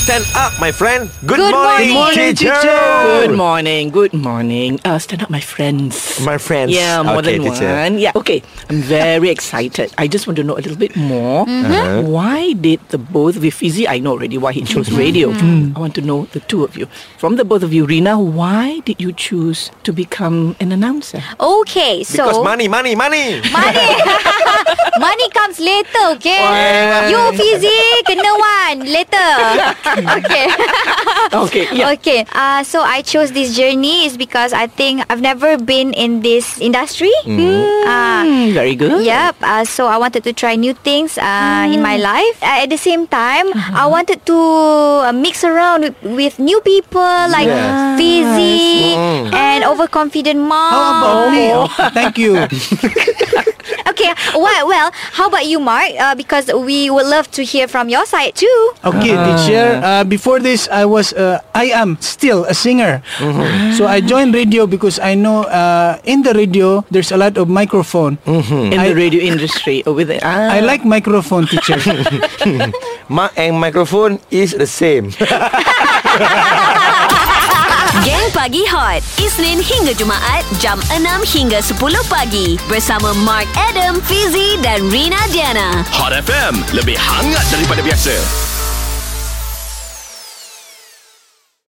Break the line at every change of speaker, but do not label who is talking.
Stand up, my friend. Good,
Good morning. Good morning. Uh, stand up, my friends.
My friends.
Yeah, more
Okay,
than
teacher.
one. Yeah. Okay. I'm very excited. I just want to know a little bit more.
Mm-hmm.
Uh-huh. Why did the both of you, Fizi, I know already why he chose
Mm-hmm.
radio. I want to know the two of you. From the both of you, Rina, why did you choose to become an announcer?
Okay, so
Because money, money, money.
money, money comes later, okay? You Fizi kena one later. okay.
Okay. Yeah.
Okay. Uh, so I chose this journey is because I think I've never been in this industry. Uh,
Mm, very good.
Yep. Uh, so I wanted to try new things uh, in
Mm.
my life. Uh, at the same time, I
Uh-huh.
wanted to uh, mix around with, with new people like
Yes.
Fizzy and overconfident mom.
Mm. Ah. How about me?
eh.
Oh, thank you.
Okay. Well, well, how about you, Mark? Uh, because we would love to hear from your side too.
Okay, teacher. Uh, before this, I was, uh, I am still a singer. So I joined radio because I know uh, in the radio there's a lot of microphone.
In the radio industry or with ah.
I like microphone, teacher.
Mark and microphone is the same.
Geng Pagi Hot Isnin hingga Jumaat Jam 6 hingga 10 pagi Bersama Mark Adam, Fizi dan Rina Diana
Hot FM. Lebih hangat daripada biasa.